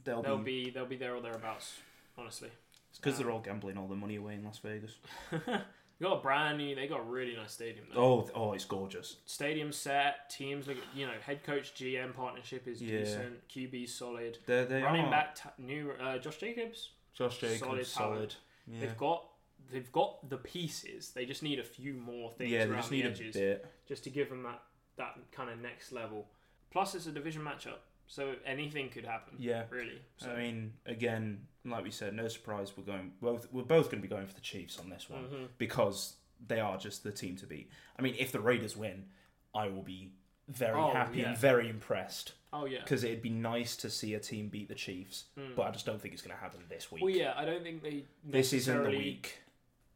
they'll, they'll be be they'll be there or thereabouts. Honestly, *laughs* because Um, they're all gambling all their money away in Las Vegas. they got a brand new. They got a really nice stadium. Though. Oh, th- oh, it's gorgeous. Stadium set, teams like you know, head coach GM partnership is Yeah. decent, QB solid, They're, they running are. back ta new uh, Josh Jacobs. Josh Jacobs, solid. solid talent. Yeah, They've got they've got the pieces. They just need a few more things yeah. They around just need the a edges bit. just to give them that that kind of next level. Plus, it's a division matchup, so anything could happen. Yeah. really. So, I mean, again, like we said, no surprise. We're going both. We're both going to be going for the Chiefs on this one Mm-hmm. Mm. because they are just the team to beat. I mean, if the Raiders win, I will be very Oh, happy yeah. and very impressed oh yeah. Mm. because it'd be nice to see a team beat the Chiefs. But I just don't think it's going to happen this week. Well, yeah. I don't think they. this isn't the necessarily- week.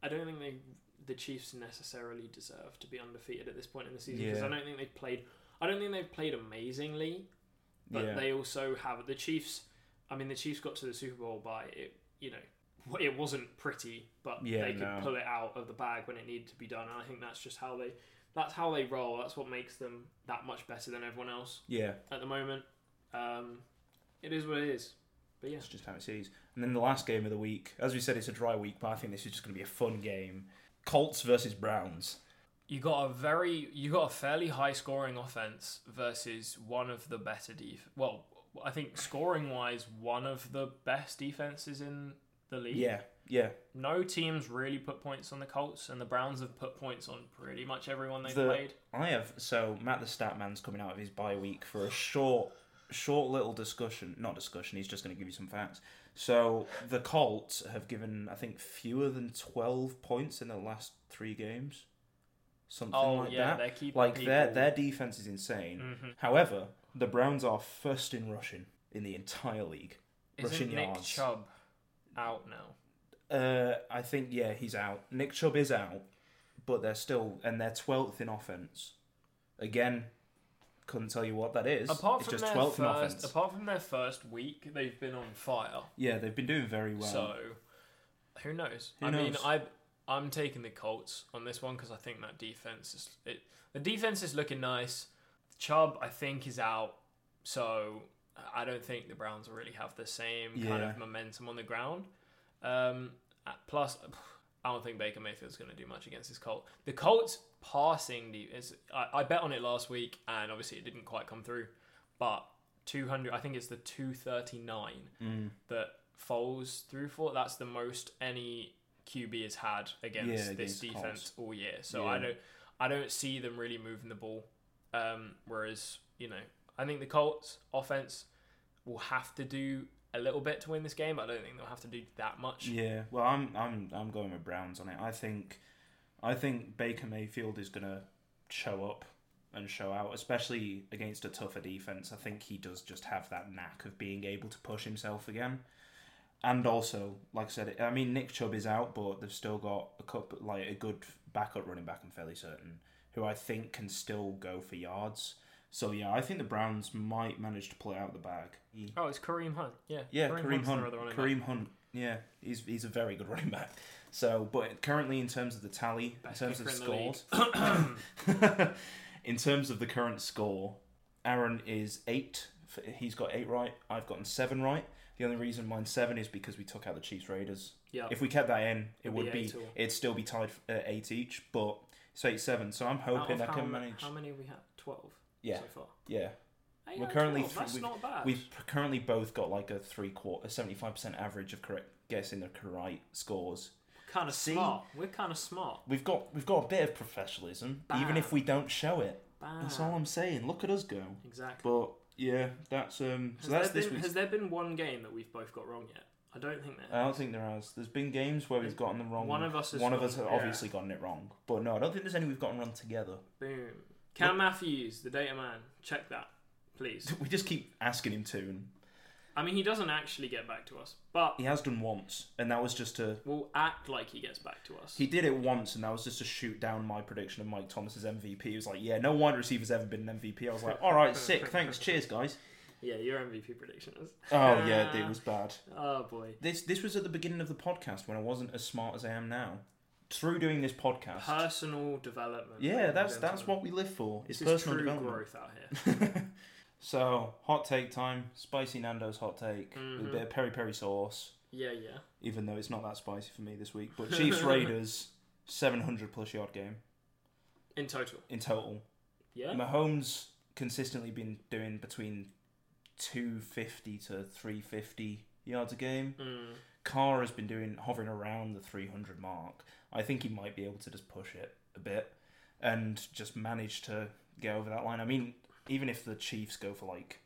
I don't think they the Chiefs necessarily deserve to be undefeated at this point in the season because Yeah. I don't think they've played. I don't think they've played amazingly, but Yeah. they also have the Chiefs. I mean, the Chiefs got to the Super Bowl by it. You know, it wasn't pretty, but Yeah, they could no. pull it out of the bag when it needed to be done. And I think that's just how they. That's how they roll. That's what makes them that much better than everyone else Yeah, at the moment. Um, it is what it is. But yeah, it's just how it sees. And then the last game of the week, as we said, it's a dry week, but I think this is just going to be a fun game. Colts versus Browns. you got a very you got a fairly high scoring offense versus one of the better def well I think scoring wise one of the best defenses in the league. Yeah, yeah. No teams really put points on the Colts and the Browns have put points on pretty much everyone they've The- played. I have so Matt the Statman's coming out of his bye week for a short, short little discussion. Not discussion. He's just going to give you some facts. So the Colts have given I think fewer than twelve points in their last three games. something Oh like yeah, that. they're keeping Like people. their their defense is insane. Mhm. However, the Browns are first in rushing in the entire league. Isn't rushing Nick yards. Chubb out now? Uh, I think yeah, he's out. Nick Chubb is out, but they're still and they're twelfth in offense. Again, couldn't tell you what that is. Apart it's from just their twelfth in first, offense. apart from their first week, they've been on fire. Yeah, they've been doing very well. So, who knows? Who I mean, knows? I I'm taking the Colts on this one because I think that defense is it. The defense is looking nice. Chubb, I think, is out, so I don't think the Browns really have the same kind Yeah. of momentum on the ground. Um, uh, plus, *sighs* I don't think Baker Mayfield's going to do much against this Colt. The Colts passing the is I, I bet on it last week, and obviously it didn't quite come through. But 200, I think it's the 239 Mm. that Foles threw for. That's the most any QB has had against Yeah, this against the defense all year. So I Yeah. don't, I don't see them really moving the ball. Um, whereas you know, I think the Colts offense will have to do a little bit to win this game. I don't think they'll have to do that much. Yeah, well, I'm I'm I'm going with Browns on it. I think I think Baker Mayfield is gonna show up and show out, especially against a tougher defense. I think he does just have that knack of being able to push himself again. And also, like I said, I mean Nick Chubb is out, but they've still got a couple, like a good backup running back. I'm fairly certain, who I think can still go for yards. So yeah, I think the Browns might manage to pull it out of the bag. Oh, it's Kareem Hunt. Yeah, Yeah, Kareem, Hunt's their Hunt. other running back. Kareem Hunt. Yeah, he's he's a very good running back. So, but currently in terms of the tally, Best in terms of kicker scores, *coughs* *laughs* in terms of the current score, Aaron is eight. f- He's got eight right. I've gotten seven right. The only reason mine's seven is because we took out the Chiefs Raiders. Yeah. If we kept that in, Oh. it It'd be would be, eight all. it'd still be tied f- at eight each, but it's eight seven. So I'm hoping I Out of can how, ma- manage. How many we had? Twelve. Yeah. So far. yeah, Hey, We're yeah, currently 12, three- that's not bad. We've currently both got like a three quarter, seventy five percent average of correct guessing the correct scores. kind of See? smart. We're kind of smart. We've got we've got a bit of professionalism, even Bam. if we don't show it. Bam. That's all I'm saying. Look at us go. Exactly. But yeah, that's um. So that's has, there this been, week's. has there been one game that we've both got wrong yet? I don't think there. I don't think there has. There's been games where we've gotten them wrong. One of us has One of gotten- us have yeah. obviously gotten it wrong. But no, I don't think there's any we've gotten wrong together. *laughs* Boom. Cam Matthews, the data man. Check that, please. We just keep asking him to, and I mean, he doesn't actually get back to us, but he has done once, and that was just a. we'll act like he gets back to us. He did it once, and that was just to shoot down my prediction of Mike Thomas's MVP. He was like, "Yeah, no wide receiver's ever been an MVP." I was like, "All right, sick, thanks, cheers, guys." Yeah, your MVP prediction was. Oh *laughs* yeah, it was bad. Oh boy. This this was at the beginning of the podcast when I wasn't as smart as I am now. Through doing this podcast, Personal development. ladies yeah, and that's that's gentlemen. what we live for. It's This is personal true development. growth out *laughs* here. so hot take time, spicy Nando's hot take with a Mhm. bit of peri peri sauce. Yeah, yeah. Even though it's not that spicy for me this week, but *laughs* Chiefs Raiders, seven hundred plus yard game In total. in total. Yeah. Mahomes consistently been doing between two fifty to three fifty yards a game. Mm. Carr has been doing hovering around the 300 mark. I think he might be able to just push it a bit and just manage to get over that line. I mean, even if the Chiefs go for like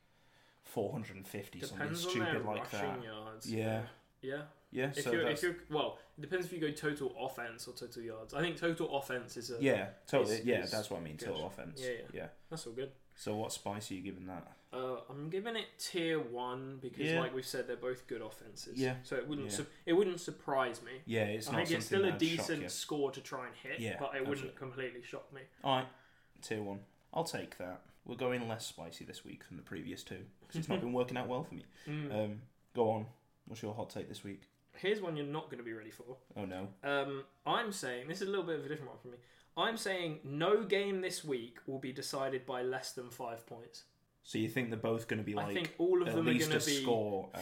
450 Depends on something their stupid like rushing that. yards. Yeah. Yeah. Yeah, If so you're, if that's, you're, well, it depends if you go total offense or total yards. I think total offense is a. yeah, totally. is- yeah, is that's what I mean. good. Total offense. Yeah, yeah. That's all good. So what spice are you giving that? Uh, I'm giving it tier one because, Yeah. like we've said, they're both good offenses. Yeah. So it wouldn't Yeah. su- it wouldn't surprise me. Yeah, it's I think not something it's still a that'd shock you. decent score to try and hit, Yeah, but it wouldn't absolutely. completely shock me. All right, tier one. I'll take that. We're going less spicy this week than the previous two because *laughs* it's not been working out well for me. Mm. Um, go on. What's your hot take this week? Here's one you're not going to be ready for. Oh no. Um, I'm saying this is a little bit of a different one from me. I'm saying no game this week will be decided by less than five points. So you think they're both going to be like I think all of at them are least going a to be score out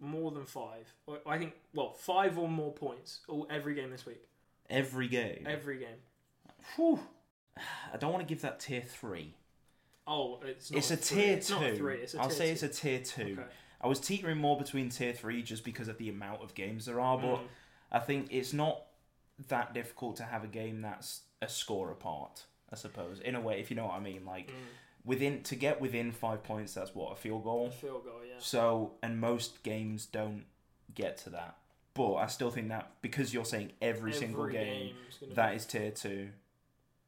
more than five. Or- I think well, five or more points. All every game this week. every game? Every game. Whew. I don't want to give that tier three. Oh, it's not It's a three. tier It's two. not a three. It's a I'll tier say two. it's a tier two. Okay. I was teetering more between tier three just because of the amount of games there are, Mm. but I think it's not that difficult to have a game that's a score apart. I suppose, in a way, if you know what I mean, Mm, like within to get within five points, that's what a field goal. A field goal, yeah. So, and most games don't get to that. But I still think that because you're saying every, single game, *laughs* game's gonna that is tier two.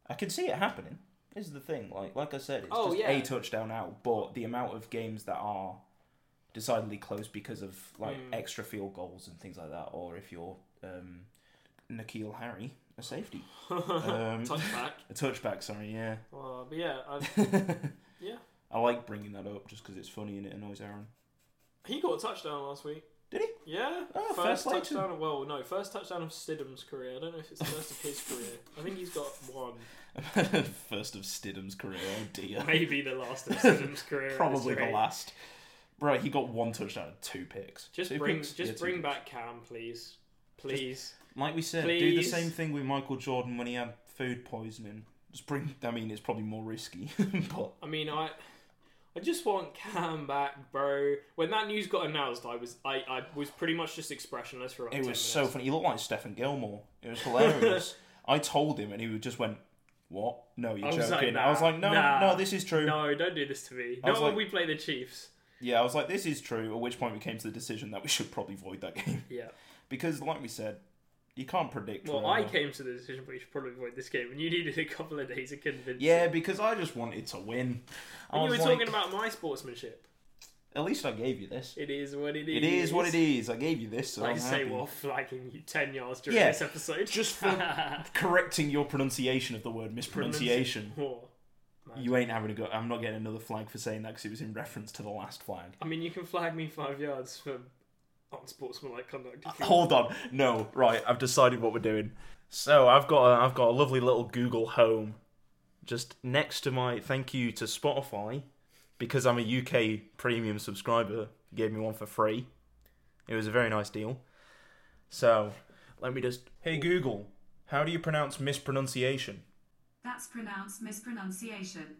I can see it happening. Is the thing like like I said, it's Oh, just yeah. a touchdown out, but the amount of games that are decidedly close because of like Mm. extra field goals and things like that, or if you're um, Nikhil Harry, a safety, um, Touchback. a touchback. Sorry, yeah. *laughs* Uh, but yeah, I, yeah, I like bringing that up just because it's funny and it annoys Aaron. *laughs* he got a touchdown last week. Did he? Yeah, Oh, fair first play to touchdown. Of, well, no, first touchdown of Stidham's career. I don't know if it's the first of his career. I think he's got one, First of Stidham's career. Oh dear. maybe the last *laughs* of Stidham's career. at Probably this the rate. last. Right, he got one touchdown, and two picks. Just Two bring, picks? just Yeah, two bring picks. back Cam, please, please. Like we said, do the Please. same thing with Michael Jordan when he had food poisoning. Just bring. I mean, it's probably more risky, *laughs* but I mean, I. I just want Cam back, bro. When that news got announced, I was I, I was pretty much just expressionless for about 10 it was minutes. so funny. He looked like Stephen Gilmore. It was *laughs* hilarious. I told him, and he just went, "What? No, you're I was joking." like, I was "Nah, like, "No, nah, no, this is true." No, don't do this to me. I was Not when like- we play the Chiefs. Yeah, I was like, "This is true." At which point we came to the decision that we should probably void that *laughs* game Yeah. because, like we said, you can't predict. Well, I forever. came to the decision we should probably avoid this game, and you needed a couple of days to convince. Yeah, it. because I just wanted to win. I When you were was talking like, about my sportsmanship. At least I gave you this. It is what it is. It is what it is. I gave you this. So I I'm say happy. while flagging you ten yards during Yeah, this episode. *laughs* just for- correcting your pronunciation of the word mispronunciation. Oh, man. You ain't having a go. I'm not getting another flag for saying that because it was in reference to the last flag. I mean, you can flag me five yards for unsportsmanlike conduct. if you want. Hold on, no, right. I've decided what we're doing. So I've got a, I've got a lovely little Google Home, just next to my thank you to Spotify, because I'm a UK premium subscriber. Gave me one for free. It was a very nice deal. So let me just. Hey Google, how do you pronounce mispronunciation? That's pronounced mispronunciation.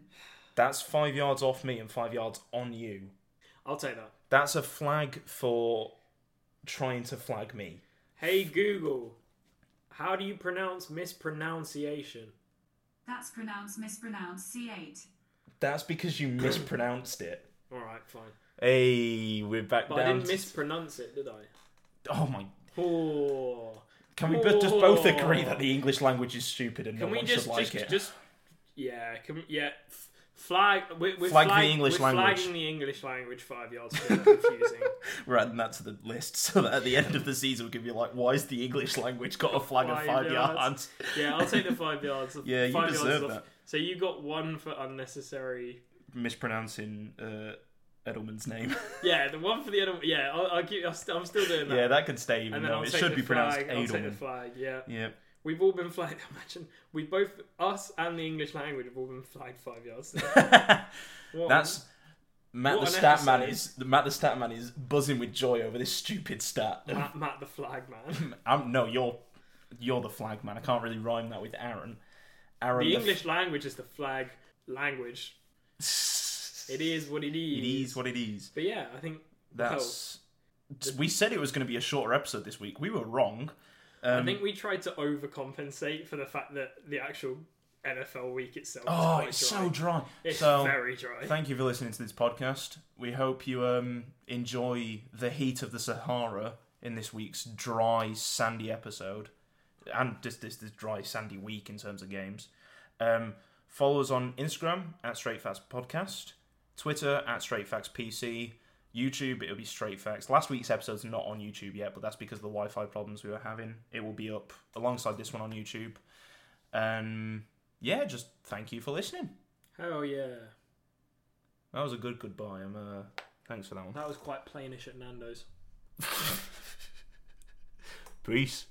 That's five yards off me and five yards on you. I'll take that. That's a flag for trying to flag me. Hey Google, how do you pronounce mispronunciation? That's pronounced mispronounced C8. That's because you mispronounced it. All right, fine. Hey, we're back But I down. didn't to- mispronounce it, did I? oh my! Oh. Can we bo- just both agree Oh. that the English language is stupid and Can no we one just should like just, it? just yeah? Can we, yeah? f- Flag we're, we're Flag flag the English we're language. Flagging the English language five yards. for being *laughs* confusing. We're adding that to the list *laughs* so that at the end of the season we can be like, "Why is the English language got a flag of Five five yards. *laughs* yards?" Yeah, I'll take the five yards. Yeah, you five deserve is that. So you got one for unnecessary. Mispronouncing uh, Edelman's *laughs* name. *laughs* Yeah, the one for the other. Yeah, I'll, I'll give. I'll st- I'm still doing that. yeah, that could stay even and then though I'll it take should the be pronounced flag. I'll take the Edelman. flag. Yeah, Yeah. we've all been flagged. *laughs* Imagine we both, us and the English language, have all been flagged five *laughs* yards. *laughs* What- That's Matt What the an stat man episode. is Matt the stat man is buzzing with joy over this stupid stat. Matt, Matt the flag *laughs* man. I'm no, you're you're the flag man. I can't really rhyme that with Aaron. Aaron The f- English language is the flag language. It is what it is. It is what it is. But yeah, I think That's Oh. we said it was going to be a shorter episode this week. We were wrong. well, um, I think we tried to overcompensate for the fact that the actual NFL week itself. Oh, is quite it's dry. so dry. It's so very dry. thank you for listening to this podcast. We hope you um enjoy the heat of the Sahara in this week's dry, sandy episode, and just this this dry, sandy week in terms of games. Um, follow us on Instagram at Straight Facts Podcast, Twitter at Straight Facts PC, YouTube it'll be Straight Facts. Last week's episode's not on YouTube yet, but that's because of the Wi-Fi problems we were having. It will be up alongside this one on YouTube. Um, yeah, just thank you for listening. Hell yeah, That was a good goodbye. I'm uh, thanks for that one. *laughs* that was quite plainish at Nando's. Peace.